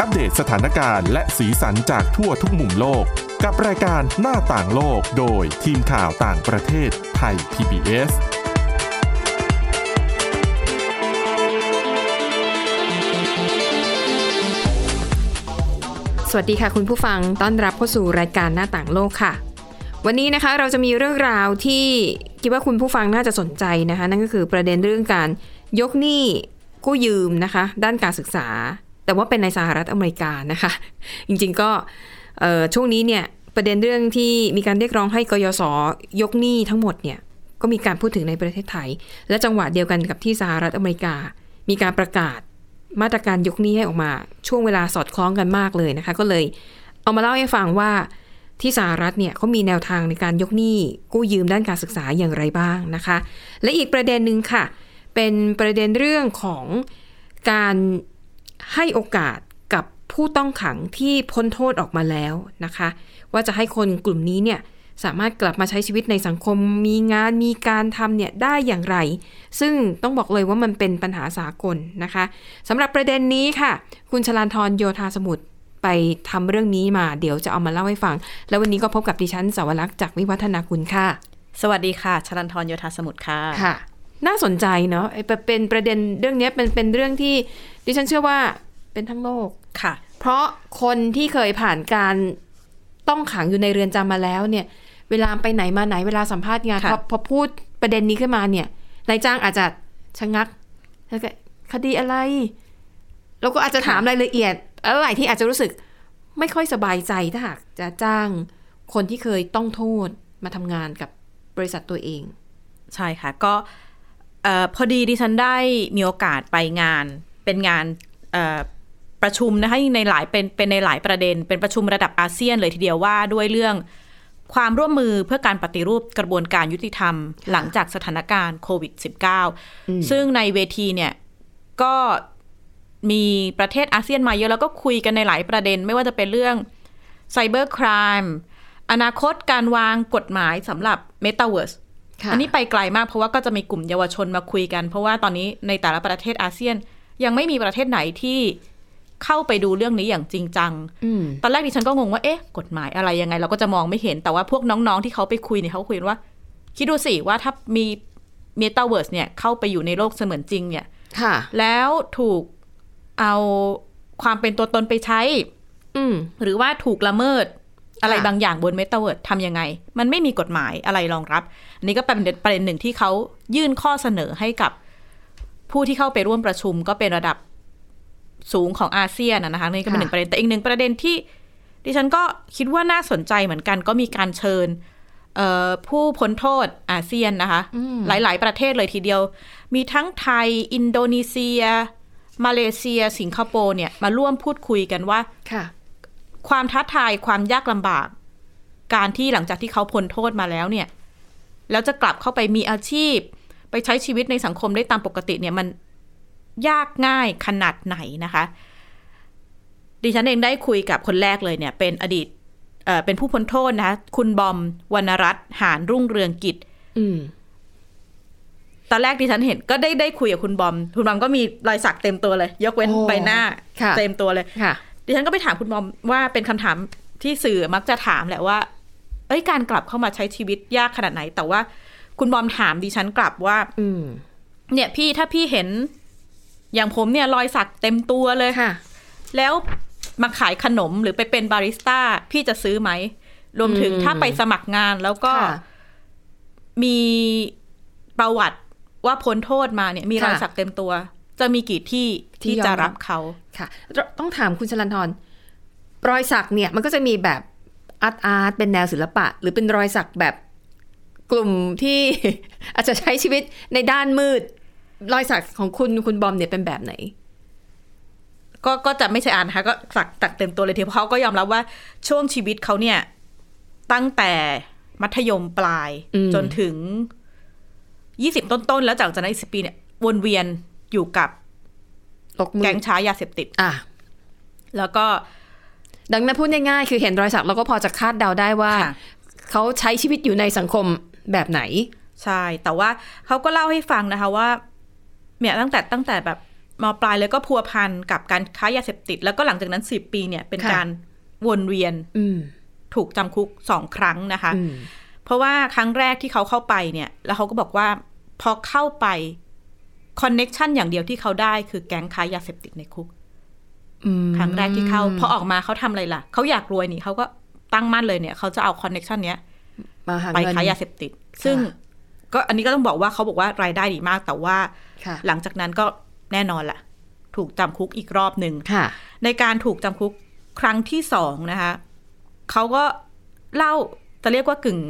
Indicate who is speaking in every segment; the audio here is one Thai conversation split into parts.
Speaker 1: อัปเดตสถานการณ์และสีสันจากทั่วทุกมุมโลก กับรายการหน้าต่างโลกโดยทีมข่าวต่างประเทศไทย PBS
Speaker 2: สวัสดีค่ะคุณผู้ฟังต้อนรับเข้าสู่รายการหน้าต่างโลกค่ะ วันนี้นะคะเราจะมีเรื่องราวที่คิดว่าคุณผู้ฟังน่าจะสนใจนะคะ นั่นก็คือประเด็นเรื่องการยกหนี้กู้ยืมนะคะ ด้านการศึกษา แต่ว่าเป็นในสหรัฐอเมริกานะคะ จริงๆก็เอ่อช่วงนี้เนี่ยประเด็นเรื่องที่มีการเรียกร้องให้กยศยกหนี้ทั้งหมดเนี่ยก็มีการพูดถึงในประเทศไทย และจังหวะเดียวกันกับที่สหรัฐอเมริกา มีการประกาศ มาตรการยกหนี้ให้ออกมา ช่วงเวลาสอดคล้องกันมากเลยนะคะ ก็เลยเอามาเล่าให้ฟังว่าที่สหรัฐเนี่ยเขามีแนวทางในการยกหนี้กู้ยืมด้านการศึกษาอย่างไรบ้างนะคะ และอีกประเด็นหนึ่งค่ะ เป็นประเด็นเรื่องของการให้โอกาสกับผู้ต้องขังที่พ้นโทษออกมาแล้วนะคะ ว่าจะให้คนกลุ่มนี้เนี่ยสามารถกลับมาใช้ชีวิตในสังคมมีงานมีการทำเนี่ยได้อย่างไร ซึ่งต้องบอกเลยว่ามันเป็นปัญหาสากลนะคะสำหรับประเด็นนี้ค่ะ คุณชลานทรโยธาสมุทรไปทำเรื่องนี้มา เดี๋ยวจะเอามาเล่าให้ฟัง แล้ววันนี้ก็พบกับดิฉันสาวรักษ์จากวิวัฒนาคุณค่ะ
Speaker 3: สวัสดีค่ะชลันทรโยธาสมุทรค่ะ
Speaker 2: ค่ะ น่าสนใจเนาะไอ้ประเป็นประเด็นเรื่องเนี้ยเป็นเป็นเรื่องที่ดิฉันเชื่อว่าเป็นทั้งโลก
Speaker 3: ค่ะ
Speaker 2: เพราะคนที่เคยผ่านการต้องขังอยู่ในเรือนจำมาแล้วเนี่ย เวลาไปไหนมาไหนเวลาสัมภาษณ์งาน
Speaker 3: ค่ะ
Speaker 2: พอพอพูดประเด็นนี้ขึ้นมาเนี่ยนายจ้างอาจจะชะงักแล้วก็คดีอะไร แล้วก็อาจจะถามรายละเอียดอะไรที่อาจจะรู้สึกไม่ค่อยสบายใจถ้าหากจะจ้างคนที่เคยต้องโทษมาทำงานกับบริษัทตัวเอง
Speaker 3: ใช่ค่ะ ก็เอ่อพอดีดิฉันได้มีโอกาสไปงานเป็นงานเอ่อประชุมนะคะในหลายเป็นเป็นในหลายประเด็น เป็นประชุมระดับอาเซียนเลยทีเดียวว่าด้วยเรื่องความร่วมมือเพื่อการปฏิรูปกระบวนการยุติธรรม หลังจากสถานการณ์โควิด -19 ซึ่งในเวทีเนี่ยก็มีประเทศอาเซียนมาเยอะแล้วก็คุยกันในหลายประเด็น ไม่ว่าจะเป็นเรื่อง ไซเบอร์ครามอนาคตการวางกฎหมายสำหรับเมตาเวิร์ส
Speaker 2: ค่ะ
Speaker 3: อันนี้ไปไกลมากเพราะว่าก็จะมีกลุ่มเยาวชนมาคุยกัน เพราะว่าตอนนี้ในแต่ละประเทศอาเซียน ยังไม่มีประเทศไหนที่เข้าไปดูเรื่องนี้อย่างจริงจัง
Speaker 2: อืม
Speaker 3: ตอนแรกดิฉันก็งงว่าเอ๊ะกฎหมายอะไรยังไง เราก็จะมองไม่เห็นแต่ว่าพวกน้องๆที่เขาไปคุยเนี่ยเขาคุยกันว่า คิดดูสิว่าถ้ามีเมตาเวิร์สเนี่ยเข้าไปอยู่ในโลกเสมือนจริงเนี่ย
Speaker 2: ค่ะ
Speaker 3: แล้วถูกเอาความเป็นตัวตนไปใช้
Speaker 2: อืม
Speaker 3: หรือว่าถูกละเมิดอะไร
Speaker 2: ค่ะ
Speaker 3: บางอย่างบนเมตาเวิร์ดทำยังไง มันไม่มีกฎหมายอะไรรองรับ อันนี้ก็เป็นประเด็นหนึ่งที่เขายื่นข้อเสนอให้กับผู้ที่เข้าไปร่วมประชุมก็เป็นระดับสูงของอาเซียนนะนะคะนี่ก็เป็นหนึ่งประเด็นแต่อีกหนึ่งประเด็นที่ ดิฉันก็คิดว่าน่าสนใจเหมือนกันก็มีการเชิญเอ่อผู้พ้นโทษอาเซียนนะคะ หลาย ๆ ประเทศเลยทีเดียว มีทั้งไทย อินโดนีเซีย มาเลเซีย สิงคโปร์เนี่ยมาร่วมพูดคุยกันว่า
Speaker 2: ค่ะ
Speaker 3: ความท้าทายความยากลำบาก การที่หลังจากที่เขาพ้นโทษมาแล้วเนี่ย แล้วจะกลับเข้าไปมีอาชีพ ไปใช้ชีวิตในสังคมได้ตามปกติเนี่ยมันยากง่ายขนาดไหนนะคะ ดิฉันเองได้คุยกับคนแรกเลยเนี่ย เป็นอดีตเอ่อเป็นผู้พ้นโทษนะคะ คุณบอมวรรณรัตน์หานรุ่งเรืองกิจ
Speaker 2: อืม
Speaker 3: ตอนแรกดิฉันเห็นก็ได้ได้คุยกับคุณบอม คุณบอมก็มีรอยสักเต็มตัวเลย ยกเว้น
Speaker 2: โอ้
Speaker 3: ใบหน้า
Speaker 2: ค่ะ
Speaker 3: เต็มตัวเลย
Speaker 2: ค่ะ
Speaker 3: ดิฉันก็ไปถามคุณบอมว่าเป็นคำถามที่สื่อมักจะถามแหละว่า เอ้ยการกลับเข้ามาใช้ชีวิตยากขนาดไหน แต่ว่าคุณบอมถามดิฉันกลับว่า
Speaker 2: อืม
Speaker 3: เนี่ยพี่ถ้าพี่เห็น อย่างผมเนี่ยรอยสักเต็มตัวเลย
Speaker 2: ค่ะ
Speaker 3: แล้วมาขายขนมหรือไปเป็นบาริสต้าพี่จะซื้อไหม รวมถึง
Speaker 2: อืม
Speaker 3: ถ้าไปสมัครงานแล้วก็
Speaker 2: ค่ะ
Speaker 3: มีประวัติว่าพ้นโทษมาเนี่ยมีรอย
Speaker 2: ค่ะ
Speaker 3: สักเต็มตัว จะมีกี่ที่
Speaker 2: ที่
Speaker 3: ที่
Speaker 2: ยอม
Speaker 3: จะ
Speaker 2: รั
Speaker 3: รับ บเขา
Speaker 2: ค่ะตต้องถามคุณชลันทรรอยสักเนี่ย มันก็จะมีแบบอาร์ตอาร์ตเป็นแนวศิลปะ หรือเป็นรอยสักแบบกลุ่มที่ อาจจะใช้ชีวิตในด้านมืด รอยสักของคุณคุณบอมเนี่ยเป็นแบบไหน
Speaker 3: ก็ก็จะไม่ใช่อ่านนะคะก็สักตักเต็มตัวเลยทีเดียวเพราะเขาก็ยอมรับว่าช่วงชีวิตเขาเนี่ย ตั้งแต่มัธยมปลาย
Speaker 2: อืม
Speaker 3: จนถึงยี่สิบต้นๆ แล้วจากจากนั้นอีกสิปีเนี่ย วนเวียนอยู่กับ
Speaker 2: ตกมือ
Speaker 3: แก๊งช้ายาเสพติด
Speaker 2: อ่ะ
Speaker 3: แล้วก็
Speaker 2: ดังนั้นพูดง่ายๆ คือเห็นรอยสักเราก็พอจะคาดเดาได้ว่า
Speaker 3: ค่ะ
Speaker 2: เขาใช้ชีวิตอยู่ในสังคมแบบไหน
Speaker 3: ใช่ แต่ว่าเขาก็เล่าให้ฟังนะคะว่า เนี่ยตั้งแต่ตั้งแต่แบบ มปลายเลยก็พัวพันกับการค้ายาเสพติด แล้วก็หลังจากนั้นสิบปีเนี่ยเป็น
Speaker 2: ค่ะ
Speaker 3: การวนเวียน
Speaker 2: อืม
Speaker 3: ถูกจำคุกสองครั้งนะคะ
Speaker 2: อืม
Speaker 3: เพราะว่าครั้งแรกที่เขาเข้าไปเนี่ย แล้วเขาก็บอกว่าพอเข้าไปคอนเน็ชันอย่างเดียวที่เขาได้คือแก๊งค้ายาเสพติดในคุก
Speaker 2: อืม
Speaker 3: ครั้งแรกที่เข้าพอออกมาเขาทำอะไรล่ะ เขาอยากรวยนี่เขาก็ตั้งมั่นเลยเนี่ย เขาจะเอาคอนเน็ชันเนี้ย
Speaker 2: มาหา
Speaker 3: ไป
Speaker 2: เงิน
Speaker 3: ค้ายาเสพติด ซึ่งก็อันนี้ก็ต้องบอกว่าเขาบอกว่ารายได้ดีมาก แต่ว่า
Speaker 2: ค่ะ
Speaker 3: หลังจากนั้นก็แน่นอนล่ะ ถูกจำคุกอีกรอบหนึ่ง
Speaker 2: ค่ะ
Speaker 3: ในการถูกจำคุกครั้งที่สองนะคะเขาก็เล่าจะเรียกว่ากึ่ง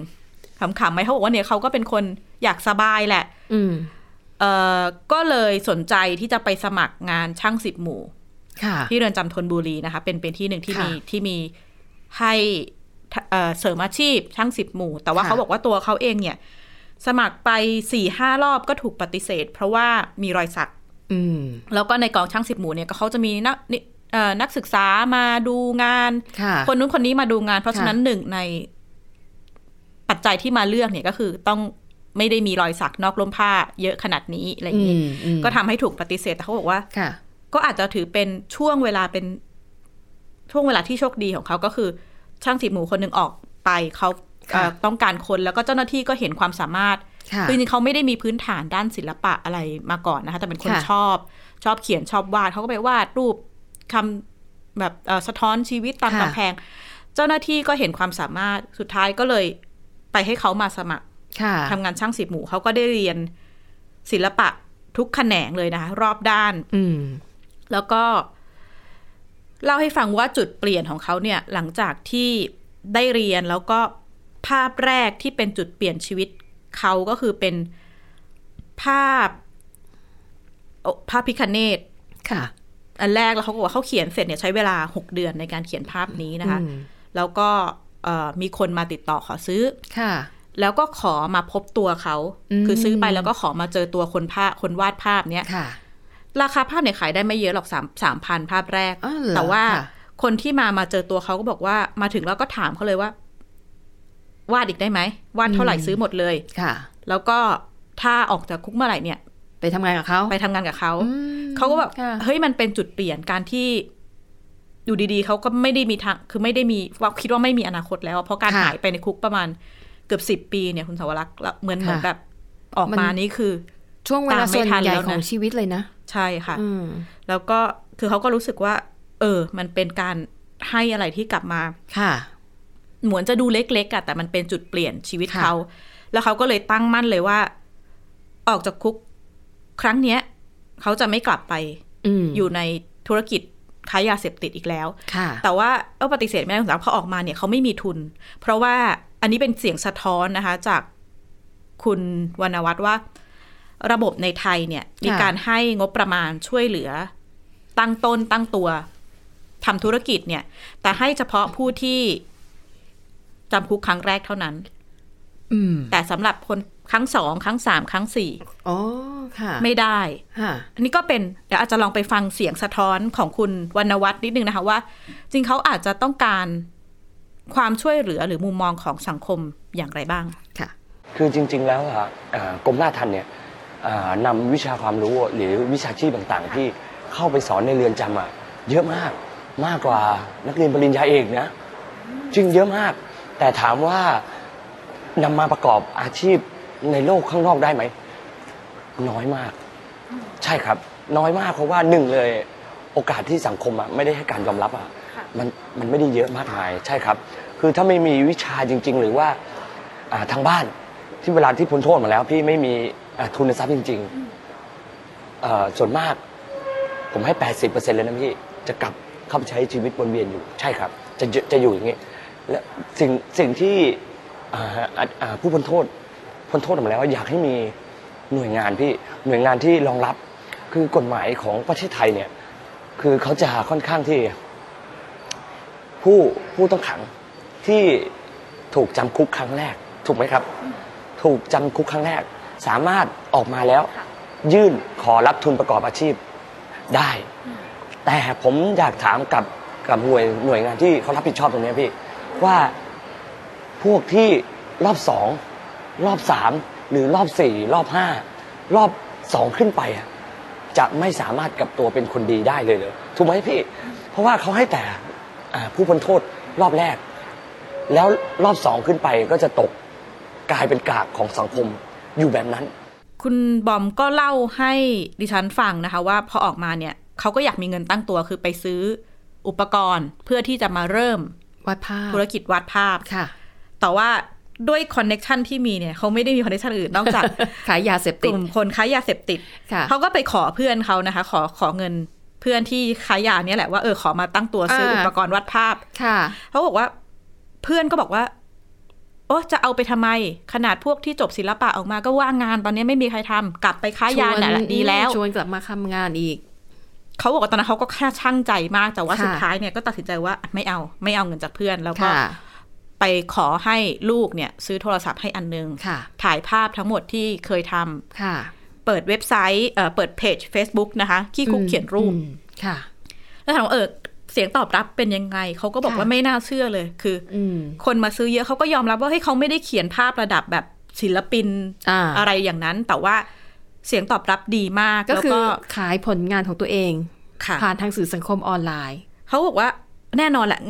Speaker 3: ขำๆไหมเขาบอกว่าเนี่ยเขาก็เป็นคนอยากสบายแหละ
Speaker 2: อืม
Speaker 3: เอ่อก็เลยสนใจที่จะไปสมัครงานช่างสิบหมู่
Speaker 2: ค่ะ
Speaker 3: ที่เรือนจำธนบุรีนะคะ เป็นเป็นที่หนึ่งที่
Speaker 2: ค่ะ
Speaker 3: มีที่มีให้ทะเอ่อเสริมอาชีพช่างสิบหมู่ แต่ว่า
Speaker 2: ค่ะ
Speaker 3: เขาบอกว่าตัวเขาเองเนี่ย สมัครไปสี่ห้ารอบก็ถูกปฏิเสธ เพราะว่ามีรอยสัก
Speaker 2: อืม
Speaker 3: แล้วก็ในกองช่างสิบหมู่เนี่ยก็เขาจะมีนักนิเอ่อนักศึกษามาดูงาน
Speaker 2: ค่ะ
Speaker 3: คนนู้นคนนี้มาดูงาน เพราะ
Speaker 2: ค่ะ
Speaker 3: ฉะนั้นหนึ่งในปัจจัยที่มาเลือกเนี่ยก็คือต้องไม่ได้มีรอยสักนอกร่มผ้าเยอะขนาดนี้อะไรอย่างนี้
Speaker 2: มอืม
Speaker 3: ก็ทำให้ถูกปฏิเสธแต่เขาบอกว่า
Speaker 2: ค่ะ
Speaker 3: ก็อาจจะถือเป็นช่วงเวลาเป็นช่วงเวลาที่โชคดีของเขาก็คือ ช่างสีหมูคนหนึ่งออกไปเขาเอ่อ
Speaker 2: ค่ะ
Speaker 3: ต้องการคนแล้วก็เจ้าหน้าที่ก็เห็นความสามารถ
Speaker 2: ค่ะ
Speaker 3: คือจริงๆเขาไม่ได้มีพื้นฐานด้านศิลปะอะไรมาก่อนนะคะ แต่เป็นคน
Speaker 2: ค่ะ
Speaker 3: ชอบ ชอบเขียนชอบวาดเขาก็ไปวาดรูปคำแบบเอ่อสะท้อนชีวิตตามกำแพง เจ้าหน้าที่ก็เห็นความสามารถสุดท้ายก็เลยไปให้เขามาสมัคร
Speaker 2: ค่ะ
Speaker 3: ทำงานช่างสีหมูเขาก็ได้เรียนศิลปะทุกแขนงเลยนะคะรอบด้าน
Speaker 2: อืม
Speaker 3: แล้วก็เล่าให้ฟังว่าจุดเปลี่ยนของเขาเนี่ยหลังจากที่ได้เรียนแล้วก็ภาพแรกที่เป็นจุดเปลี่ยนชีวิตเขาก็คือเป็นภาพโอ้ภาพพิคเนต
Speaker 2: ค่ะ
Speaker 3: อันแรกแล้วเขาก็บอกว่าเขาเขียนเสร็จเนี่ยใช้เวลา 6 เดือนในการเขียนภาพนี้นะคะ
Speaker 2: อืม
Speaker 3: แล้วก็เอ่อมีคนมาติดต่อขอซื้อ
Speaker 2: ค่ะ
Speaker 3: แล้วก็ขอมาพบตัวเขา
Speaker 2: อืม
Speaker 3: คือซื้อไปแล้วก็ขอมาเจอตัวคนภาพคนวาดภาพเนี้ย
Speaker 2: ค่ะ
Speaker 3: ราคาภาพเนี่ยขายได้ไม่เยอะหรอกสามสามพันภาพแรก
Speaker 2: อ้าวเหรอ
Speaker 3: แต่ว่า
Speaker 2: ค่ะ
Speaker 3: คนที่มามาเจอตัวเขาก็บอกว่ามาถึงแล้วก็ถามเขาเลยว่า วาดอีกได้ไหมวาดเท่าไหร่ซื้อหมดเลย
Speaker 2: ค่ะ
Speaker 3: แล้วก็ถ้าออกจากคุกเมื่อไหร่เนี่ย
Speaker 2: ไปทำงานกับเขา
Speaker 3: ไปทำงานกับเขา
Speaker 2: อืม
Speaker 3: เขาก็แบบ
Speaker 2: ค่ะ
Speaker 3: เฮ้ยมันเป็นจุดเปลี่ยนการที่อยู่ดีๆเขาก็ไม่ได้มีทาง คือไม่ได้มีว่าคิดว่าไม่มีอนาคตแล้ว เพราะการหายไปในคุกประมาณเกือบสิบปีเนี่ยคุณสาวรักษ์แล้วเหมือนเหมือนแบบออกมามนี่คือ
Speaker 2: ช่วงเวลา
Speaker 3: ตามไม่
Speaker 2: ส่วน
Speaker 3: ทัน
Speaker 2: ใหญ่
Speaker 3: แล้วนะ
Speaker 2: ของชีวิตเลยนะ
Speaker 3: ใช่ค่ะ
Speaker 2: อืม
Speaker 3: แล้วก็คือเขาก็รู้สึกว่า เออ มันเป็นการให้อะไรที่กลับมา
Speaker 2: ค่ะ
Speaker 3: เหมือนจะดูเล็กๆอะแต่มันเป็นจุดเปลี่ยนชีวิต
Speaker 2: ค่ะ
Speaker 3: เขา แล้วเขาก็เลยตั้งมั่นเลยว่า ออกจากคุกครั้งเนี้ยเขาจะไม่กลับไป
Speaker 2: อืม
Speaker 3: อยู่ในธุรกิจค้ายาเสพติดอีกแล้ว
Speaker 2: ค่ะ
Speaker 3: แต่ว่าเอาปฏิเสธไม่ได้คุณสาวพอออกมาเนี่ยเขาไม่มีทุน เพราะว่าอันนี้เป็นเสียงสะท้อนนะคะ จากคุณวรรณวัฒน์ว่า ระบบในไทยเนี่ย มี
Speaker 2: ค่ะ
Speaker 3: การให้งบประมาณช่วยเหลือ ตั้งต้นตั้งตัวทำธุรกิจเนี่ย แต่ให้เฉพาะผู้ที่จำคุกครั้งแรกเท่านั้น
Speaker 2: อืม
Speaker 3: แต่สำหรับคนครั้งสองครั้งสามครั้งสี่
Speaker 2: อ๋อค่ะ
Speaker 3: ไม่ได้
Speaker 2: ค่ะ
Speaker 3: อันนี้ก็เป็นเดี๋ยวอาจจะลองไปฟังเสียงสะท้อนของคุณวรรณวัฒน์นิดนึงนะคะว่า จริงเขาอาจจะต้องการความช่วยเหลือหรือมุมมองของสังคมอย่างไรบ้าง
Speaker 2: ค่ะ
Speaker 4: คือจริง ๆ แล้วอะเอ่อกรมราชทัณฑ์เนี่ยเอ่อนำวิชาความรู้หรือวิชาชีพต่างๆ ที่เข้าไปสอนในเรือนจำอะเยอะมากมากกว่านักเรียนปริญญาเอกนะจริงเยอะมาก แต่ถามว่านำมาประกอบอาชีพในโลกข้างนอกได้ไหม น้อยมาก ใช่ครับ น้อยมากเพราะว่าหนึ่งเลยโอกาสที่สังคมอะไม่ได้ให้การยอมรับอะมันมันไม่ได้เยอะมากมาย ใช่ครับ คือถ้าไม่มีวิชาจริง ๆ หรือว่าอ่าทางบ้าน ที่เวลาที่พ้นโทษมาแล้ว พี่ไม่มีเอ่อทุนทรัพย์จริงๆเอ่อส่วนมาก ผมให้ 80%เลยนะพี่ จะกลับเข้าไปใช้ชีวิตวนเวียนอยู่ ใช่ครับ จะจะจะอยู่อย่างนี้และสิ่งสิ่งที่อ่าอ่าอ่าผู้พ้นโทษพ้นโทษออกมาแล้ว อยากให้มีหน่วยงานพี่หน่วยงานที่รองรับ คือกฎหมายของประเทศไทยเนี่ย คือเขาจะค่อนข้างที่ ผู้ผู้ต้องขังที่ถูกจำคุกครั้งแรก ถูกไหมครับ ถูกจำคุกครั้งแรก สามารถออกมาแล้ว ยื่นขอรับทุนประกอบอาชีพได้ แต่ผมอยากถามกับกับหน่วยหน่วยงานที่เขารับผิดชอบตรงเนี้ยพี่ ว่าพวกที่รอบสองรอบสามหรือรอบสี่รอบห้ารอบสองขึ้นไปอะ จะไม่สามารถกลับตัวเป็นคนดีได้เลยเหรอถูกไหมพี่ เพราะว่าเขาให้แต่อ่าผู้พ้นโทษรอบแรก แล้วรอบสองขึ้นไปก็จะตกกลายเป็นกากของสังคมอยู่แบบนั้น
Speaker 3: คุณบอมก็เล่าให้ดิฉันฟังนะคะ ว่าพอออกมาเนี่ยเขาก็อยากมีเงินตั้งตัวคือไปซื้ออุปกรณ์เพื่อที่จะมาเริ่ม
Speaker 2: วาดภาพ
Speaker 3: ธุรกิจวาดภาพ
Speaker 2: ค่ะ
Speaker 3: แต่ว่าด้วยคอนเน็กชันที่มีเนี่ยเขาไม่ได้มีคอนเน็กชันอื่นนอกจาก
Speaker 2: ขายยาเสพ
Speaker 3: ก
Speaker 2: ติด
Speaker 3: ลุ่มคนค้ายาเสพติด
Speaker 2: ค่ะ
Speaker 3: เขาก็ไปขอเพื่อนเขานะคะ ขอขอเงินเพื่อนที่ค้ายาเนี่ยแหละว่าเออขอมาตั้งตัวซื้ออุ
Speaker 2: อ่า
Speaker 3: ปกรณ์วาดภาพ
Speaker 2: ค่ะ
Speaker 3: เขาบอกว่าเพื่อนก็บอกว่า โอ้จะเอาไปทำไม ขนาดพวกที่จบศิลปะออกมาก็ว่างงานตอนนี้ไม่มีใครทำกลับไปค้ายาเนี่ยแหละดีแล้ว
Speaker 2: ชวนกลับมาทำงานอีก
Speaker 3: เขาบอกว่าตอนนั้นเขาก็แค่ช่างใจมากแต่ว่า
Speaker 2: ค่ะ
Speaker 3: สุดท้ายเนี่ยก็ตัดสินใจว่าไม่เอาไม่เอาเงินจากเพื่อนแล้วก็
Speaker 2: ค่ะ
Speaker 3: ไปขอให้ลูกเนี่ย ซื้อโทรศัพท์ให้อันนึง
Speaker 2: ค่ะ
Speaker 3: ถ่ายภาพทั้งหมดที่เคยทำ
Speaker 2: ค่ะ
Speaker 3: เปิดเว็บไซต์เอ่อเปิดเพจ Facebook นะคะขี้คุกเขียนรูป
Speaker 2: อืมค่ะ
Speaker 3: แล้วถามว่าเออเสียงตอบรับเป็นยังไง เขาก็บอก
Speaker 2: ค่ะ
Speaker 3: ว่าไม่น่าเชื่อเลยคือ
Speaker 2: อืม
Speaker 3: คนมาซื้อเยอะเขาก็ยอมรับว่าเฮ้ยเขาไม่ได้เขียนภาพระดับแบบศิลปิน
Speaker 2: อ่า
Speaker 3: ไรอย่างนั้น แต่ว่าเสียงตอบรับดีมาก
Speaker 2: ก็
Speaker 3: แล้ว
Speaker 2: คือ
Speaker 3: ก็
Speaker 2: ขายผลงานของตัวเอง
Speaker 3: ค่ะ
Speaker 2: ผ่านทางสื่อสังคมออนไลน์
Speaker 3: เขาบอกว่าแน่นอนแหละ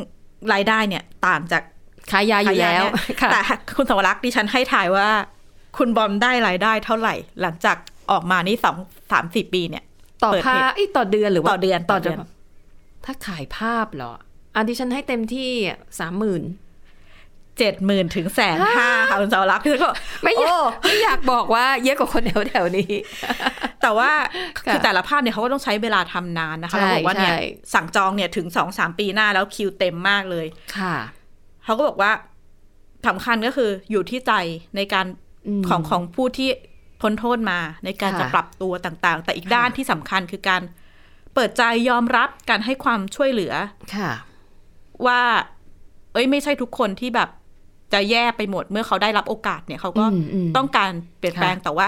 Speaker 3: รายได้เนี่ยต่างจาก
Speaker 2: ขายยาอยู่
Speaker 3: ขายา
Speaker 2: แล้ว
Speaker 3: เนี่ย
Speaker 2: ค่ะ
Speaker 3: แต่คุณสวรักษ์ดิฉันให้ถ่ายว่า คุณบอมได้รายได้เท่าไหร่ หลังจากออกมานี่สองสามสี่ปีเนี่ย
Speaker 2: ต่อ
Speaker 3: เปิด
Speaker 2: ภา
Speaker 3: เพ
Speaker 2: พ
Speaker 3: จ
Speaker 2: เอ้ยต่อเดือนหรือว่า
Speaker 3: ต่อเดือน
Speaker 2: ต่
Speaker 3: ต่
Speaker 2: อ
Speaker 3: อเดื
Speaker 2: เดือ
Speaker 3: อน น
Speaker 2: ถ้าขายภาพเหรออ่ะดิฉันให้เต็มที่สามหมื่น
Speaker 3: เจ็ดหมื่นถึงแสนห้าค่ะคุณสวรักษ์ คือก็
Speaker 2: ไม่อยาก
Speaker 3: โอ้
Speaker 2: ไม่อยากบอกว่าเยอะกว่าคนแถวแถวๆนี้
Speaker 3: แต่ว่า
Speaker 2: ค่ะ
Speaker 3: คือแต่ละภาพเนี่ยเขาก็ต้องใช้เวลาทำนานนะคะ
Speaker 2: ใช่
Speaker 3: เขาบอกว่าเนี่ย
Speaker 2: ใช่
Speaker 3: สั่งจองเนี่ยถึงสองสามปีหน้าแล้วคิวเต็มมากเลย
Speaker 2: ค่ะ
Speaker 3: เขาก็บอกว่าสำคัญก็คืออยู่ที่ใจในการ
Speaker 2: อืม
Speaker 3: ของของผู้ที่พ้นโทษมาในการ
Speaker 2: ค่ะ
Speaker 3: จะปรับตัวต่างๆ แต่อีก
Speaker 2: ค่ะ
Speaker 3: ด้านที่สำคัญคือการเปิดใจยอมรับการให้ความช่วยเหลือ
Speaker 2: ค่ะ
Speaker 3: ว่า เอ้ยไม่ใช่ทุกคนที่แบบจะแย่ไปหมดเมื่อเขาได้รับโอกาสเนี่ยเขาก็
Speaker 2: อืมอืม
Speaker 3: ต้องการเปลี่ยนแปลง
Speaker 2: ค่ะ
Speaker 3: แต่ว่า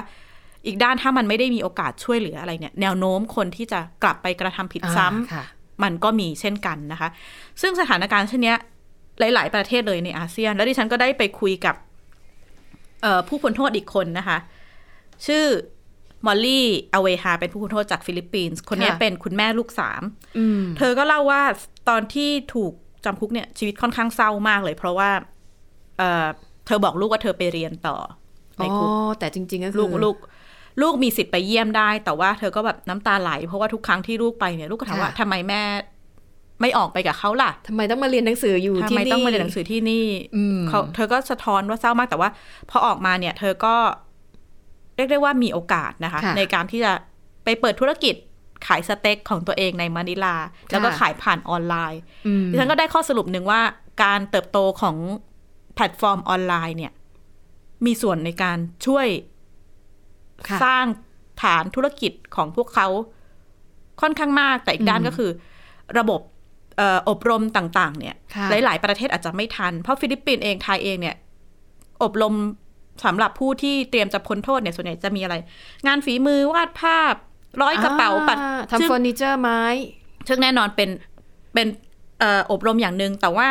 Speaker 3: อีกด้านถ้ามันไม่ได้มีโอกาสช่วยเหลืออะไรเนี่ย แนวโน้มคนที่จะกลับไปกระทำผิด
Speaker 2: อ่า
Speaker 3: ซ้ำ
Speaker 2: ค่ะ
Speaker 3: มันก็มีเช่นกันนะคะ ซึ่งสถานการณ์เช่นเนี้ย หลาย ๆ ประเทศเลยในอาเซียน แล้วดิฉันก็ได้ไปคุยกับเอ่อผู้พ้นโทษอีกคนนะคะ ชื่อมอลลี่อเวฮาเป็นผู้พ้นโทษจากฟิลิปปินส์คนเนี้ย
Speaker 2: ค่ะ
Speaker 3: เป็นคุณแม่ลูกสาม
Speaker 2: อืม
Speaker 3: เธอก็เล่าว่าตอนที่ถูกจำคุกเนี่ยชีวิตค่อนข้างเศร้ามากเลย เพราะว่าเอ่อเธอบอกลูกว่าเธอไปเรียนต่อในคุก
Speaker 2: อ๋อแต่จริงๆก็คือ
Speaker 3: ลูกลูกลูกมีสิทธิ์ไปเยี่ยมได้ แต่ว่าเธอก็แบบน้ำตาไหล เพราะว่าทุกครั้งที่ลูกไปเนี่ยลูกก็ถามว่าทำไมแม่ ไม่ออกไปกับเขาล่ะ
Speaker 2: ทำไมต้องมาเรียนหนังสืออยู่
Speaker 3: ทำ
Speaker 2: ที่
Speaker 3: ไม
Speaker 2: นี่
Speaker 3: ต้องมาเรียนหนังสือที่นี่
Speaker 2: อืม
Speaker 3: เขาเธอก็สะท้อนว่าเศร้ามากแต่ว่า พอออกมาเนี่ย เธอก็เรียกได้ว่ามีโอกาสนะคะ
Speaker 2: ค่ะ
Speaker 3: ในการที่จะไปเปิดธุรกิจขายสเต็กของตัวเองในมะนิลา แล้วก็
Speaker 2: ค่ะ
Speaker 3: ขายผ่านออนไลน์
Speaker 2: อืม
Speaker 3: ดิฉันก็ได้ข้อสรุปหนึ่งว่าการเติบโตของแพลตฟอร์มออนไลน์เนี่ย มีส่วนในการช่วย
Speaker 2: ค่ะ
Speaker 3: สร้างฐานธุรกิจของพวกเขาค่อนข้างมาก แต่อีกด้าน
Speaker 2: อืม
Speaker 3: ก็คือ ระบบเอ่ออบรมต่าง ๆ เนี่ย
Speaker 2: ค่ะ
Speaker 3: หลาย ๆ ประเทศอาจจะไม่ทัน เพราะฟิลิปปินส์เองไทยเองเนี่ย อบรมสำหรับผู้ที่เตรียมจะพ้นโทษเนี่ยส่วนใหญ่จะมีอะไร งานฝีมือวาดภาพ ร้อยกระเป๋าปัด
Speaker 2: อ่า
Speaker 3: ซึ่
Speaker 2: ทำ
Speaker 3: ง
Speaker 2: เฟอร์นิเจอร์ไม้
Speaker 3: ซึ่งแน่นอนเป็นเป็นเอ่ออบรมอย่างหนึ่งแต่ว่า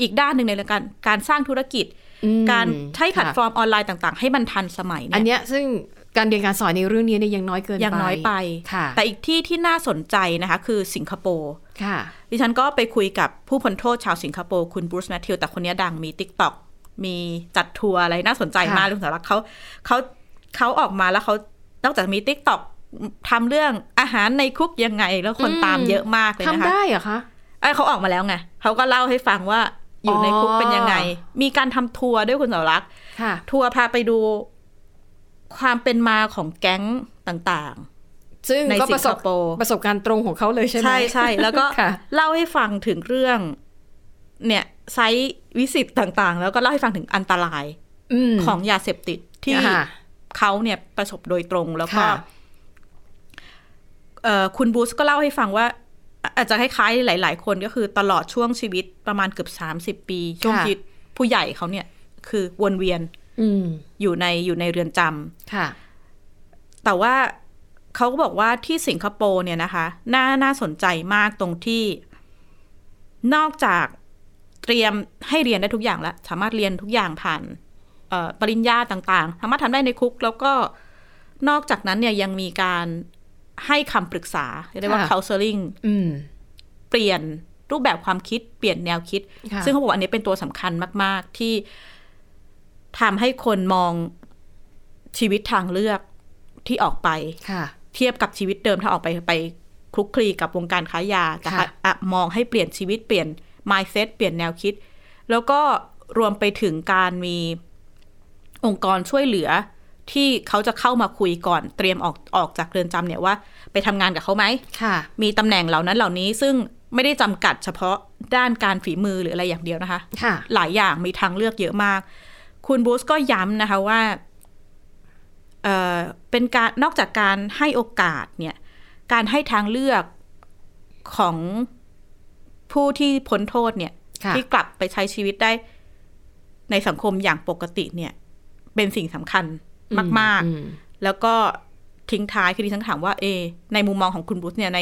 Speaker 3: อีกด้านหนึ่งในเรื่องการการสร้างธุรกิจ
Speaker 2: อืม
Speaker 3: การใช้แพลตฟอ
Speaker 2: ค่ะ
Speaker 3: ร์มออนไลน์ต่าง ๆ ให้มันทันสมัย
Speaker 2: อัน
Speaker 3: เนี่ย
Speaker 2: เนี้ยซึ่งการเรียนการสอนในเรื่องนี้เนี่ยยังน้อยเกินไป
Speaker 3: ยังน้อยไป
Speaker 2: ค่ะ
Speaker 3: แต่อีกที่ที่น่าสนใจนะคะ คือสิงคโปร์
Speaker 2: ค่ะ
Speaker 3: ดิฉันก็ไปคุยกับผู้พ้นโทษชาวสิงคโปร์คุณบรูซแมทธิวแต่คนเนี้ยดังมี t ิ k t o k มีจัดทัวร์อะไรน่าสนใจมาก
Speaker 2: ค่ะ
Speaker 3: ลุงสารักเขาเขาเขาออกมาแล้วเขานอกจากมี t ิ k t o k ทำเรื่องอาหารในคุกยังไง แล้วคนตามเยอะมากเลยนะคะ
Speaker 2: ทำได้เหรอคะ
Speaker 3: เอ้ยเขาออกมาแล้วไงเขาก็เล่าให้ฟังว่าอยู่ในคุกเป็นยังไง
Speaker 2: อ๋
Speaker 3: มีการทำทัวร์ด้วยคุณสาวรักษ์
Speaker 2: ค่ะ
Speaker 3: ทัวร์พาไปดูความเป็นมาของแก๊งต่าง
Speaker 2: ซึ่ง
Speaker 3: ใน
Speaker 2: ก็ประสบ
Speaker 3: สิงคโปร์
Speaker 2: ประสบการณ์ตรงของเขาเลย
Speaker 3: ๆ
Speaker 2: ใช่ไหม
Speaker 3: ใช่ใช่แล้วก็
Speaker 2: ค่ะ
Speaker 3: เล่าให้ฟังถึงเรื่อง เนี่ยไซต์วิสิตต่างๆ แล้วก็เล่าให้ฟังถึงอันตราย
Speaker 2: ม
Speaker 3: ของยาเสพติดที่
Speaker 2: ค่ะ
Speaker 3: เขาเนี่ยประสบโดยตรงแล้วก็
Speaker 2: ค่ะ
Speaker 3: เอ่อคุณบูสก็เล่าให้ฟังว่าอ่ะอาจจะคล้ายๆหลาย ๆ คนก็คือตลอดช่วงชีวิตประมาณเกือบ 30 ปี ช่วงชีวิตผู้ใหญ่เขาเนี่ย คือวนเวียน
Speaker 2: อืม
Speaker 3: อยู่ในอยู่ในเรือนจำ
Speaker 2: ค่ะ
Speaker 3: แต่ว่าเขาก็บอกว่าที่สิงคโปร์เนี่ยนะคะ น่าน่าสนใจมากตรงที่นอกจากเตรียมให้เรียนได้ทุกอย่างแล้ว สามารถเรียนทุกอย่างผ่านเอ่อปริญญาต่างๆสามารถทำได้ในคุก แล้วก็นอกจากนั้นเนี่ยยังมีการ ให้คำปรึกษาเรียกได้ว่า
Speaker 2: ค่ะ
Speaker 3: counseling
Speaker 2: อืม
Speaker 3: เปลี่ยนรูปแบบความคิดเปลี่ยนแนวคิด
Speaker 2: ค่ะ
Speaker 3: ซึ่งเขาบอกว่าอันนี้เป็นตัวสำคัญมาก ๆ ที่ทำให้คนมองชีวิตทางเลือกที่ออกไป
Speaker 2: ค่ะ
Speaker 3: เทียบกับชีวิตเดิมถ้าออกไปไปคลุกคลีกับวงการค้ายาแต่
Speaker 2: ค่ะ
Speaker 3: อ่ะมองให้เปลี่ยนชีวิตเปลี่ยน mindset เปลี่ยนแนวคิด แล้วก็รวมไปถึงการมีองค์กรช่วยเหลือ ที่เขาจะเข้ามาคุยก่อนเตรียมออกออกจากเรือนจำเนี่ยว่า ไปทำงานกับเขาไหม
Speaker 2: ค่ะ
Speaker 3: มีตำแหน่งเหล่านั้นเหล่านี้ซึ่งไม่ได้จำกัดเฉพาะด้านการฝีมือหรืออะไรอย่างเดียวนะคะ
Speaker 2: ค่ะ
Speaker 3: หลายอย่างมีทางเลือกเยอะมาก คุณบูสก็ย้ำนะคะว่าเอ่อเป็นการนอกจากการให้โอกาสเนี่ย การให้ทางเลือกของผู้ที่พ้นโทษเนี่ย
Speaker 2: ค่ะ
Speaker 3: ที่กลับไปใช้ชีวิตได้ในสังคมอย่างปกติเนี่ย เป็นสิ่งสำคัญมาก ๆ
Speaker 2: อืม
Speaker 3: แล้วก็ทิ้งท้ายคือดิฉันถามว่าเอในมุมมองของคุณบุ๊ชเนี่ยใน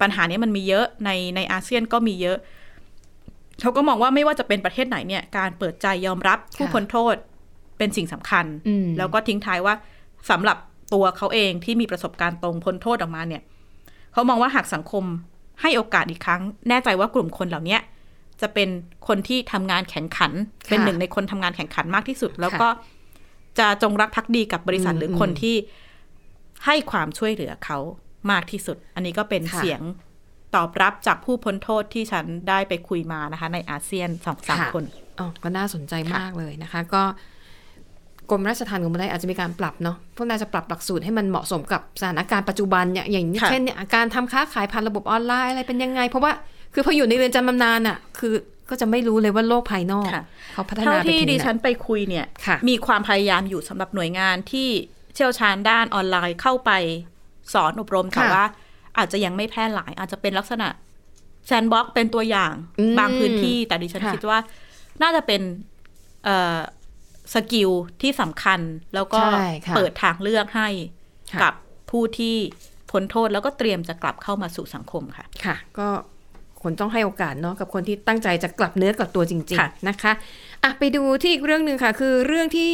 Speaker 3: ปัญหาเนี้ยมันมีเยอะในในอาเซียนก็มีเยอะ เขาก็มองว่าไม่ว่าจะเป็นประเทศไหนเนี่ย การเปิดใจยอมรับผู้พ้นโทษเป็นสิ่งสำคัญ
Speaker 2: อืม
Speaker 3: แล้วก็ทิ้งท้ายว่าสำหรับตัวเขาเองที่มีประสบการณ์ตรงพ้นโทษออกมาเนี่ย เขามองว่าหากสังคมให้โอกาสอีกครั้ง แน่ใจว่ากลุ่มคนเหล่าเนี้ยจะเป็นคนที่ทำงานแข่งขัน เป็นหนึ่งในคนทำงานแข่งขันมากที่สุด แล้วก็จะจงรักภักดีกับบริษัทหรือคนที่ให้ความช่วยเหลือเขามากที่สุด อันนี้ก็เป็นเสียงตอบรับจากผู้พ้นโทษที่ฉันได้ไปคุยมานะคะ ในอาเซียนสองสามคน
Speaker 2: อ๋อก็น่าสนใจมากเลยนะคะ ก็กรมราชทัณฑ์ของประเทศอาจจะมีการปรับเนาะพวกนายจะปรับหลักสูตรให้มันเหมาะสมกับสถานการณ์ปัจจุบันเนี่ยอย่าง
Speaker 3: ค่ะ
Speaker 2: เช่นเนี่ยการทำค้าขายผ่านระบบออนไลน์อะไรเป็นยังไง เพราะว่าคือพออยู่ในเรือนจำบำนาญอ่ะ คือก็จะไม่รู้เลยว่าโลกภายนอก
Speaker 3: ค่ะ
Speaker 2: เขาพัฒ
Speaker 3: เท่า
Speaker 2: นาไป
Speaker 3: ที่
Speaker 2: ถึง
Speaker 3: ดิ
Speaker 2: ไหน
Speaker 3: ฉันไปคุยเนี่ย
Speaker 2: ค่ะ
Speaker 3: มีความพยายามอยู่สำหรับหน่วยงานที่เชี่ยวชาญด้านออนไลน์เข้าไปสอนอบรมแต่
Speaker 2: ค่ะ
Speaker 3: ว่าอาจจะยังไม่แพร่หลายอาจจะเป็นลักษณะแซนบ็อกเป็นตัวอย่าง
Speaker 2: อืม
Speaker 3: บางพื้นที่ แต่ดิฉัน
Speaker 2: ค่ะ
Speaker 3: คิดว่าน่าจะเป็นเอ่อสกิลที่สำคัญ แล้วก็
Speaker 2: ใช่ค่ะ
Speaker 3: เปิดทางเลือกให้
Speaker 2: ค่ะ
Speaker 3: กับผู้ที่พ้นโทษแล้วก็เตรียมจะกลับเข้ามาสู่สังคมค่ะ
Speaker 2: ค่ะ ก็คนต้องให้โอกาสเนาะกับคนที่ตั้งใจจะกลับเนื้อกลับตัวจริง
Speaker 3: ค่ะ
Speaker 2: ๆ นะคะอ่ะไปดูที่อีกเรื่องหนึ่งค่ะ คือเรื่องที่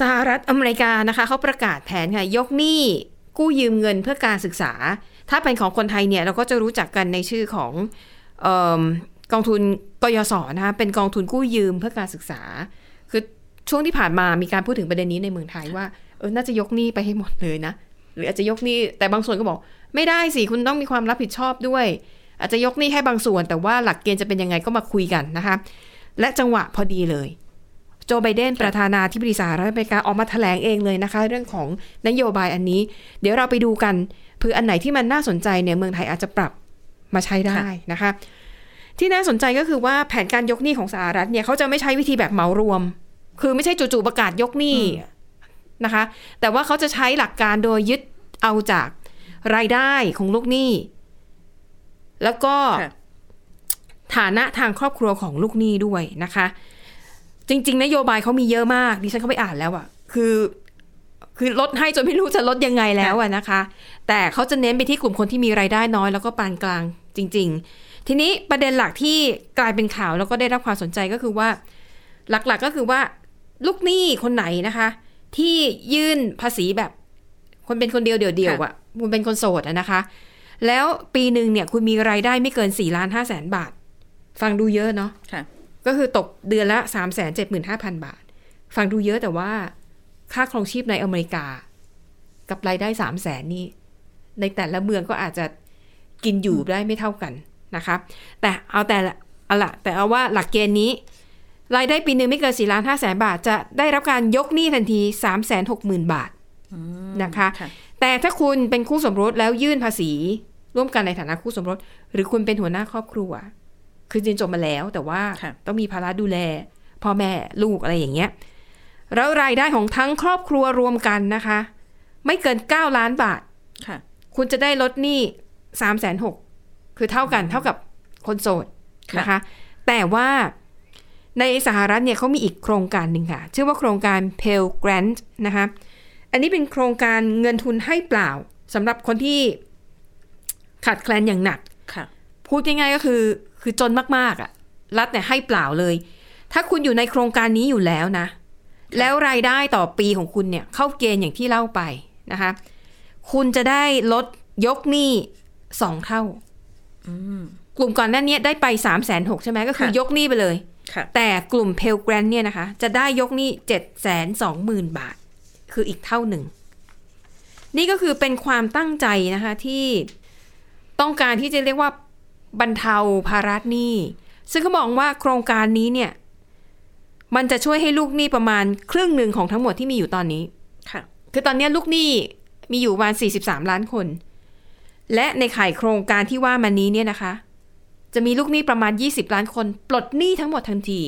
Speaker 2: สหรัฐอเมริกานะคะเขาประกาศแผนค่ะ ยกหนี้กู้ยืมเงินเพื่อการศึกษา ถ้าเป็นของคนไทยเนี่ย เราก็จะรู้จักกันในชื่อของเออกองทุนกยศนะคะเป็นกองทุนกู้ยืมเพื่อการศึกษา คือช่วงที่ผ่านมามีการพูดถึงประเด็นนี้ในเมืองไทยว่าเออน่าจะยกหนี้ไปให้หมดเลยนะ หรืออาจจะยกหนี้แต่บางส่วนก็บอก ไม่ได้สิ คุณต้องมีความรับผิดชอบด้วย อาจจะยกหนี้ให้บางส่วน แต่ว่าหลักเกณฑ์จะเป็นยังไงก็มาคุยกันนะคะ และจังหวะพอดีเลย โจไบเดนประธานาธิบดีสหรัฐอเมริกาออกมาแถลงเองเลยนะคะ เรื่องของนโยบายอันนี้ เดี๋ยวเราไปดูกันเผื่ออันไหนที่มันน่าสนใจเนี่ยเมืองไทยอาจจะปรับมาใช้ได้นะคะ ที่น่าสนใจก็คือว่าแผนการยกหนี้ของสหรัฐเนี่ยเขาจะไม่ใช้วิธีแบบเหมารวม คือไม่ใช่จู่ๆประกาศยกหนี้นะคะ แต่ว่าเขาจะใช้หลักการโดยยึดเอาจากรายได้ของลูกหนี้ แล้วก็ ฐานะทางครอบครัวของลูกหนี้ด้วยนะคะ จริง ๆ นโยบายเขามีเยอะมาก ดิฉันเข้าไปอ่านแล้วอะคือ คือลดให้จนไม่รู้จะลดยังไงแล้วอะนะคะ แต่เขาจะเน้นไปที่กลุ่มคนที่มีรายได้น้อยแล้วก็ปานกลางจริง ๆ ทีนี้ประเด็นหลักที่กลายเป็นข่าวแล้วก็ได้รับความสนใจก็คือว่า หลักๆก็คือว่า ลูกหนี้คนไหนนะคะ ที่ยื่นภาษีแบบ คนเป็นคนเดียวเดี่ยวๆอะคุณเป็นคนโสดอะนะคะ แล้วปีหนึ่งเนี่ยคุณมีรายได้ไม่เกิน4ล้าน5แสนบาท ฟังดูเยอะเนาะ
Speaker 3: ค่ะ
Speaker 2: ก็คือตกเดือนละ3 7 5 0 0 0 บาท ฟังดูเยอะแต่ว่าค่าครองชีพในอเมริกา กับรายได้3 0 0แสนนี่ ในแต่ละเมืองก็อาจจะกินอยู่ได้ไม่เท่ากันนะคะ แต่เอาแต่ละเอาละแต่เอาว่าหลักเกณฑ์นี้ รายได้ปีหนึ่งไม่เกิน4ล้าน5แสนบาท จะได้รับการยกหนี้ทันที3 6 0 0 0 0 บาทนะคะ
Speaker 3: ค่ะ
Speaker 2: แต่ถ้าคุณเป็นคู่สมรสแล้วยื่นภาษี ร่วมกันในฐานะคู่สมรส หรือคุณเป็นหัวหน้าครอบครัว คือเรียนจบมาแล้วแต่ว่า
Speaker 3: ค่ะ
Speaker 2: ต้องมีภาระดูแล พ่อแม่ลูกอะไรอย่างเงี้ย แล้วรายได้ของทั้งครอบครัวรวมกันนะคะ ไม่เกิน 9 ล้านบาท
Speaker 3: ค่ะ
Speaker 2: คุณจะได้ลดหนี้สามแสนหกคือเท่ากันเท่ากับคนโสด
Speaker 3: ค่ะ
Speaker 2: นะคะ แต่ว่าในสหรัฐเนี่ยเขามีอีกโครงการหนึ่งค่ะ ชื่อว่าโครงการ Pell Grant นะคะ อันนี้เป็นโครงการเงินทุนให้เปล่าสำหรับคนที่ขาดแคลนอย่างหนัก
Speaker 3: ค่ะ
Speaker 2: พูดง่ายๆก็คือคือจนมากๆอะรัฐเนี่ยให้เปล่าเลย ถ้าคุณอยู่ในโครงการนี้อยู่แล้วนะ แล้วรายได้ต่อปีของคุณเนี่ยเข้าเกณฑ์อย่างที่เล่าไปนะคะ คุณจะได้ลดยกหนี้สองเท่า กลุ่มก่อนหน้านี้ได้ไป3ามแสนหใช่ไหมก็คือ
Speaker 3: ค่ะ
Speaker 2: ยกหนี้ไปเลย
Speaker 3: ค่ะ
Speaker 2: แต่กลุ่มเพลแกรนเนี่ยนะคะ จะได้ยกหนี้7จ็ดแสนสองหมื่นบาท คืออีกเท่าหนึ่ง นี่ก็คือเป็นความตั้งใจนะคะที่ต้องการที่จะเรียกว่าบรรเทาภาระหนี้ ซึ่งเขามองว่าโครงการนี้เนี่ย มันจะช่วยให้ลูกหนี้ประมาณครึ่งหนึ่งของทั้งหมดที่มีอยู่ตอนนี้
Speaker 3: ค่ะ
Speaker 2: คือตอนนี้ลูกหนี้มีอยู่ประมาณ 43 ล้านคน และในข่ายโครงการที่ว่ามานี้เนี่ยนะคะ จะมีลูกหนี้ประมาณ 20 ล้านคน ปลดหนี้ทั้งหมดทันที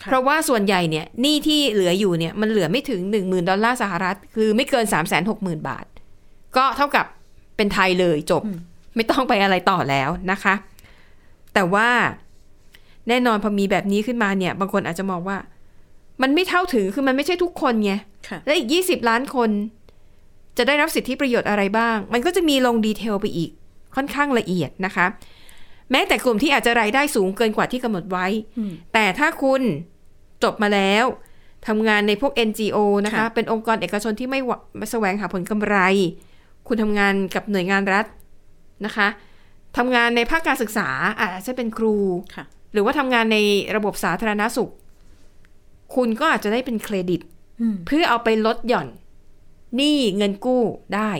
Speaker 3: ค่ะ
Speaker 2: เพราะว่าส่วนใหญ่เนี่ยหนี้ที่เหลืออยู่เนี่ยมันเหลือไม่ถึง 10,000 ดอลลาร์สหรัฐ คือไม่เกิน 360,000 บาท ก็เท่ากับเป็นไทยเลยจบ ไม่ต้องไปอะไรต่อแล้วนะคะ แต่ว่าแน่นอนพอมีแบบนี้ขึ้นมาเนี่ย บางคนอาจจะมองว่า มันไม่เท่าถึงคือมันไม่ใช่ทุกคนไง
Speaker 3: ค่ะ
Speaker 2: และอีก 20 ล้านคนจะได้รับสิทธิประโยชน์อะไรบ้าง มันก็จะมีลงดีเทลไปอีกค่อนข้างละเอียดนะคะ แม้แต่กลุ่มที่อาจจะรายได้สูงเกินกว่าที่กำหนดไว้
Speaker 3: อืม
Speaker 2: แต่ถ้าคุณจบมาแล้วทำงานในพวก NGO นะคะ
Speaker 3: ค่ะ
Speaker 2: เป็นองค์กรเอกชนที่ไม่หวังแสวงหาผลกำไร คุณทำงานกับหน่วยงานรัฐนะคะทำงานในภาคการศึกษาอาจจะเป็นครู
Speaker 3: ค่ะ
Speaker 2: หรือว่าทำงานในระบบสาธารณสุข คุณก็อาจจะได้เป็นเครดิต
Speaker 3: อืม
Speaker 2: เพื่อเอาไปลดหย่อนหนี้เงินกู้ได้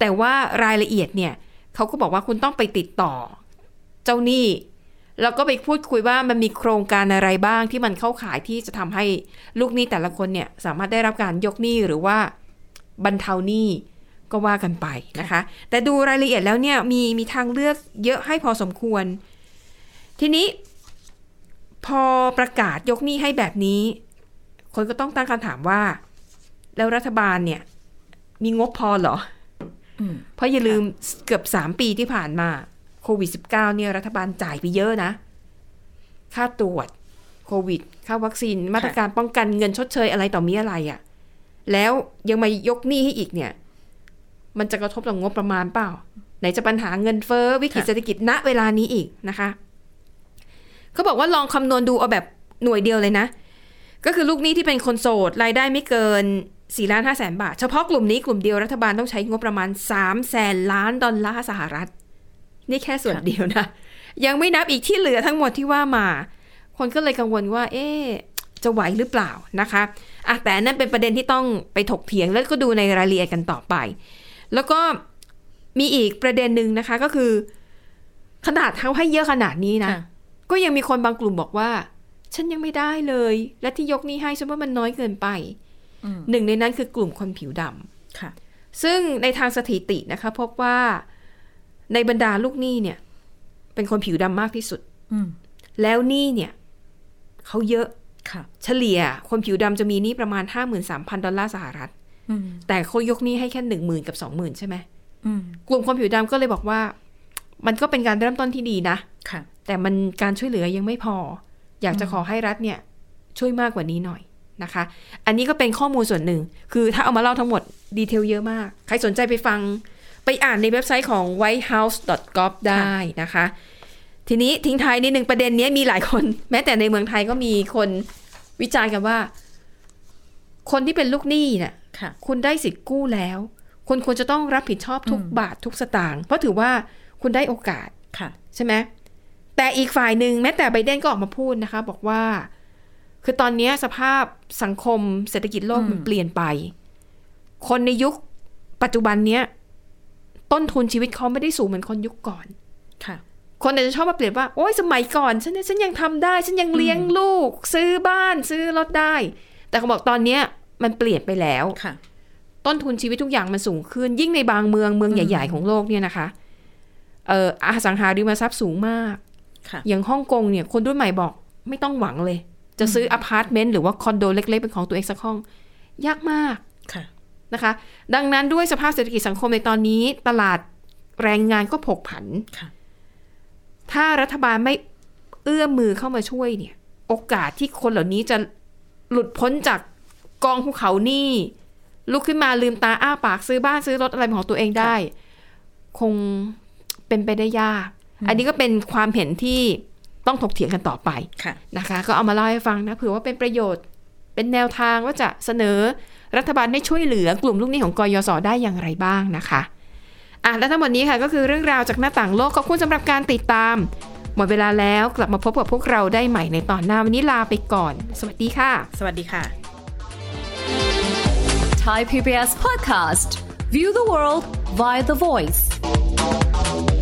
Speaker 2: แต่ว่ารายละเอียดเนี่ยเขาก็บอกว่าคุณต้องไปติดต่อ เจ้าหนี้ แล้วก็ไปพูดคุยว่ามันมีโครงการอะไรบ้างที่มันเข้าขายที่จะทำให้ลูกหนี้แต่ละคนเนี่ยสามารถได้รับการยกหนี้หรือว่าบรรเทาหนี้ก็ว่ากันไปนะคะ แต่ดูรายละเอียดแล้วเนี่ยมีมีทางเลือกเยอะให้พอสมควร ทีนี้ พอประกาศยกหนี้ให้แบบนี้ คนก็ต้องตั้งคำถามว่า แล้วรัฐบาลเนี่ย มีงบพอเหรอ
Speaker 3: อืม
Speaker 2: เพราะอย่าลืมเกือบสามปีที่ผ่านมาโควิด -19 เนี่ยรัฐบาลจ่ายไปเยอะนะ ค่าตรวจโควิด ค่าวัคซีน มาตรการป้องกันเงินชดเชยอะไรต่อมีอะไรอะ่ะ แล้วยังมายกหนี้ให้อีกเนี่ย มันจะกระทบต่องบประมาณเปล่า ไหนจะปัญหาเงินเฟ้อวิกฤต
Speaker 3: ค่ะ
Speaker 2: เศรษฐกิจณเวลานี้อีกนะคะเขาบอกว่าลองคำนวณดูเอาแบบหน่วยเดียวเลยนะ ก็คือลูกหนี้ที่เป็นคนโสดรายได้ไม่เกิน4ล้าน5แสนบาท เฉพาะกลุ่มนี้กลุ่มเดียวรัฐบาลต้องใช้งบประมาณ3แสนล้านดอลลาร์สหรัฐ นี่แค่ส่วน
Speaker 3: ค่ะ
Speaker 2: เดียวนะ ยังไม่นับอีกที่เหลือทั้งหมดที่ว่ามา คนก็เลยกังวลว่า เอ๊ะจะไหวหรือเปล่านะคะอ่ะแต่อันนั่นเป็นประเด็นที่ต้องไปถกเถียงแล้วก็ดูในรายละเอียดกันต่อไป แล้วก็มีอีกประเด็นหนึ่งนะคะก็คือ ขนาดเขาให้เยอะขนาดนี้นะ
Speaker 3: ค่ะ
Speaker 2: ก็ยังมีคนบางกลุ่มบอกว่า ฉันยังไม่ได้เลย และที่ยกหนี้ให้ฉันว่ามันน้อยเกินไป
Speaker 3: อืม
Speaker 2: หนึ่งในนั้นคือกลุ่มคนผิวด
Speaker 3: ค่ะ
Speaker 2: ำซึ่งในทางสถิตินะคะ พบว่าในบรรดาลูกหนี้เนี่ย เป็นคนผิวดำมากที่สุด
Speaker 3: อืม
Speaker 2: แล้วหนี้เนี่ยเขาเยอะ
Speaker 3: ค่ะ
Speaker 2: เฉลี่ย คนผิวดำจะมีหนี้ประมาณ 53,000 ดอลลาร์สหรัฐ
Speaker 3: อืม
Speaker 2: แต่เขายกหนี้ให้แค่1 0,000กับ20,000ใช่ไหม
Speaker 3: อืม
Speaker 2: กลุ่มคนผิวดำก็เลยบอกว่า มันก็เป็นการเริ่มต้นที่ดีนะ
Speaker 3: ค่ะ
Speaker 2: แต่มันการช่วยเหลือยังไม่พอ อยากจะขอให้รัฐเนี่ย ช่วยมากกว่านี้หน่อยนะคะ อันนี้ก็เป็นข้อมูลส่วนหนึ่ง คือถ้าเอามาเล่าทั้งหมดดีเทลเยอะมาก ใครสนใจไปฟังไปอ่านในเว็บไซต์ของ whitehouse.gov ได้นะคะ ทีนี้ทิ้งท้ายนิดนึงประเด็นเนี้ยมีหลายคน แม้แต่ในเมืองไทยก็มีคนวิจารณ์กันว่า คนที่เป็นลูกหนี้เนี่ย
Speaker 3: ค่ะ
Speaker 2: คุณได้สิทธิ์กู้แล้ว คุณควรจะต้องรับผิดชอบทุก
Speaker 3: อืม
Speaker 2: บาททุกสตางค์เพราะถือว่าคุณได้โอกาส
Speaker 3: ค่ะ
Speaker 2: ใช่ไหมแต่อีกฝ่ายหนึ่งแม้แต่ไบเดนก็ออกมาพูดนะคะ บอกว่า คือตอนเนี้ยสภาพสังคมเศรษฐกิจโลก
Speaker 3: อืม
Speaker 2: มันเปลี่ยนไป คนในยุคปัจจุบันเนี้ยต้นทุนชีวิตเขาไม่ได้สูงเหมือนคนยุคก่อน
Speaker 3: ค่ะ
Speaker 2: คนอาจจะชอบมาเปลี่ยนว่า โอ้ยสมัยก่อน ฉันฉันยังทำได้ ฉันยังเลี้ยงลูก ซื้อบ้านซื้อรถได้ แต่เขาบอกตอนเนี้ยมันเปลี่ยนไปแล้ว
Speaker 3: ค่ะ
Speaker 2: ต้นทุนชีวิตทุกอย่างมันสูงขึ้น ยิ่งในบางเมืองเมืองใหญ่ ๆ ของโลกเนี่ยนะคะเอ่ออสังหาริมทรัพย์สูงมาก
Speaker 3: ค่ะ
Speaker 2: อย่างฮ่องกงเนี่ยคนรุ่นใหม่บอกไม่ต้องหวังเลย จะซื้ออพาร์ตเมนต์หรือว่าคอนโดเล็ก ๆ เป็นของตัวเองสักห้อง ยากมาก
Speaker 3: ค่ะ
Speaker 2: นะคะ ดังนั้นด้วยสภาพเศรษฐกิจสังคมในตอนนี้ ตลาดแรงงานก็ผกผัน
Speaker 3: ค่ะ
Speaker 2: ถ้ารัฐบาลไม่เอื้อมมือเข้ามาช่วยเนี่ย โอกาสที่คนเหล่านี้จะหลุดพ้นจากกองภูเขาหนี้ลุกขึ้นมาลืมตาอ้าปากซื้อบ้านซื้อรถอะไรเป็นของตัวเองได้ คงเป็นไปได้ยาก อันนี้ก็เป็นความเห็นที่ต้องถกเถียงกันต่อไป
Speaker 3: ค่ะ
Speaker 2: นะคะก็เอามาเล่าให้ฟังนะเผื่อว่าเป็นประโยชน์เป็นแนวทางว่าจะเสนอ รัฐบาลได้ช่วยเหลือกลุ่มลูกหนี้ของกยศได้อย่างไรบ้างนะคะอ่ะและทั้งหมดนี้ค่ะก็คือเรื่องราวจากหน้าต่างโลกขอบคุณสำหรับการติดตาม หมดเวลาแล้วกลับมาพบกับพวกเราได้ใหม่ในตอนหน้าวันนี้ลาไปก่อน สวัสดีค่ะ
Speaker 3: สวัสดีค่ะ
Speaker 5: Thai PBS podcast. View the world via the voice.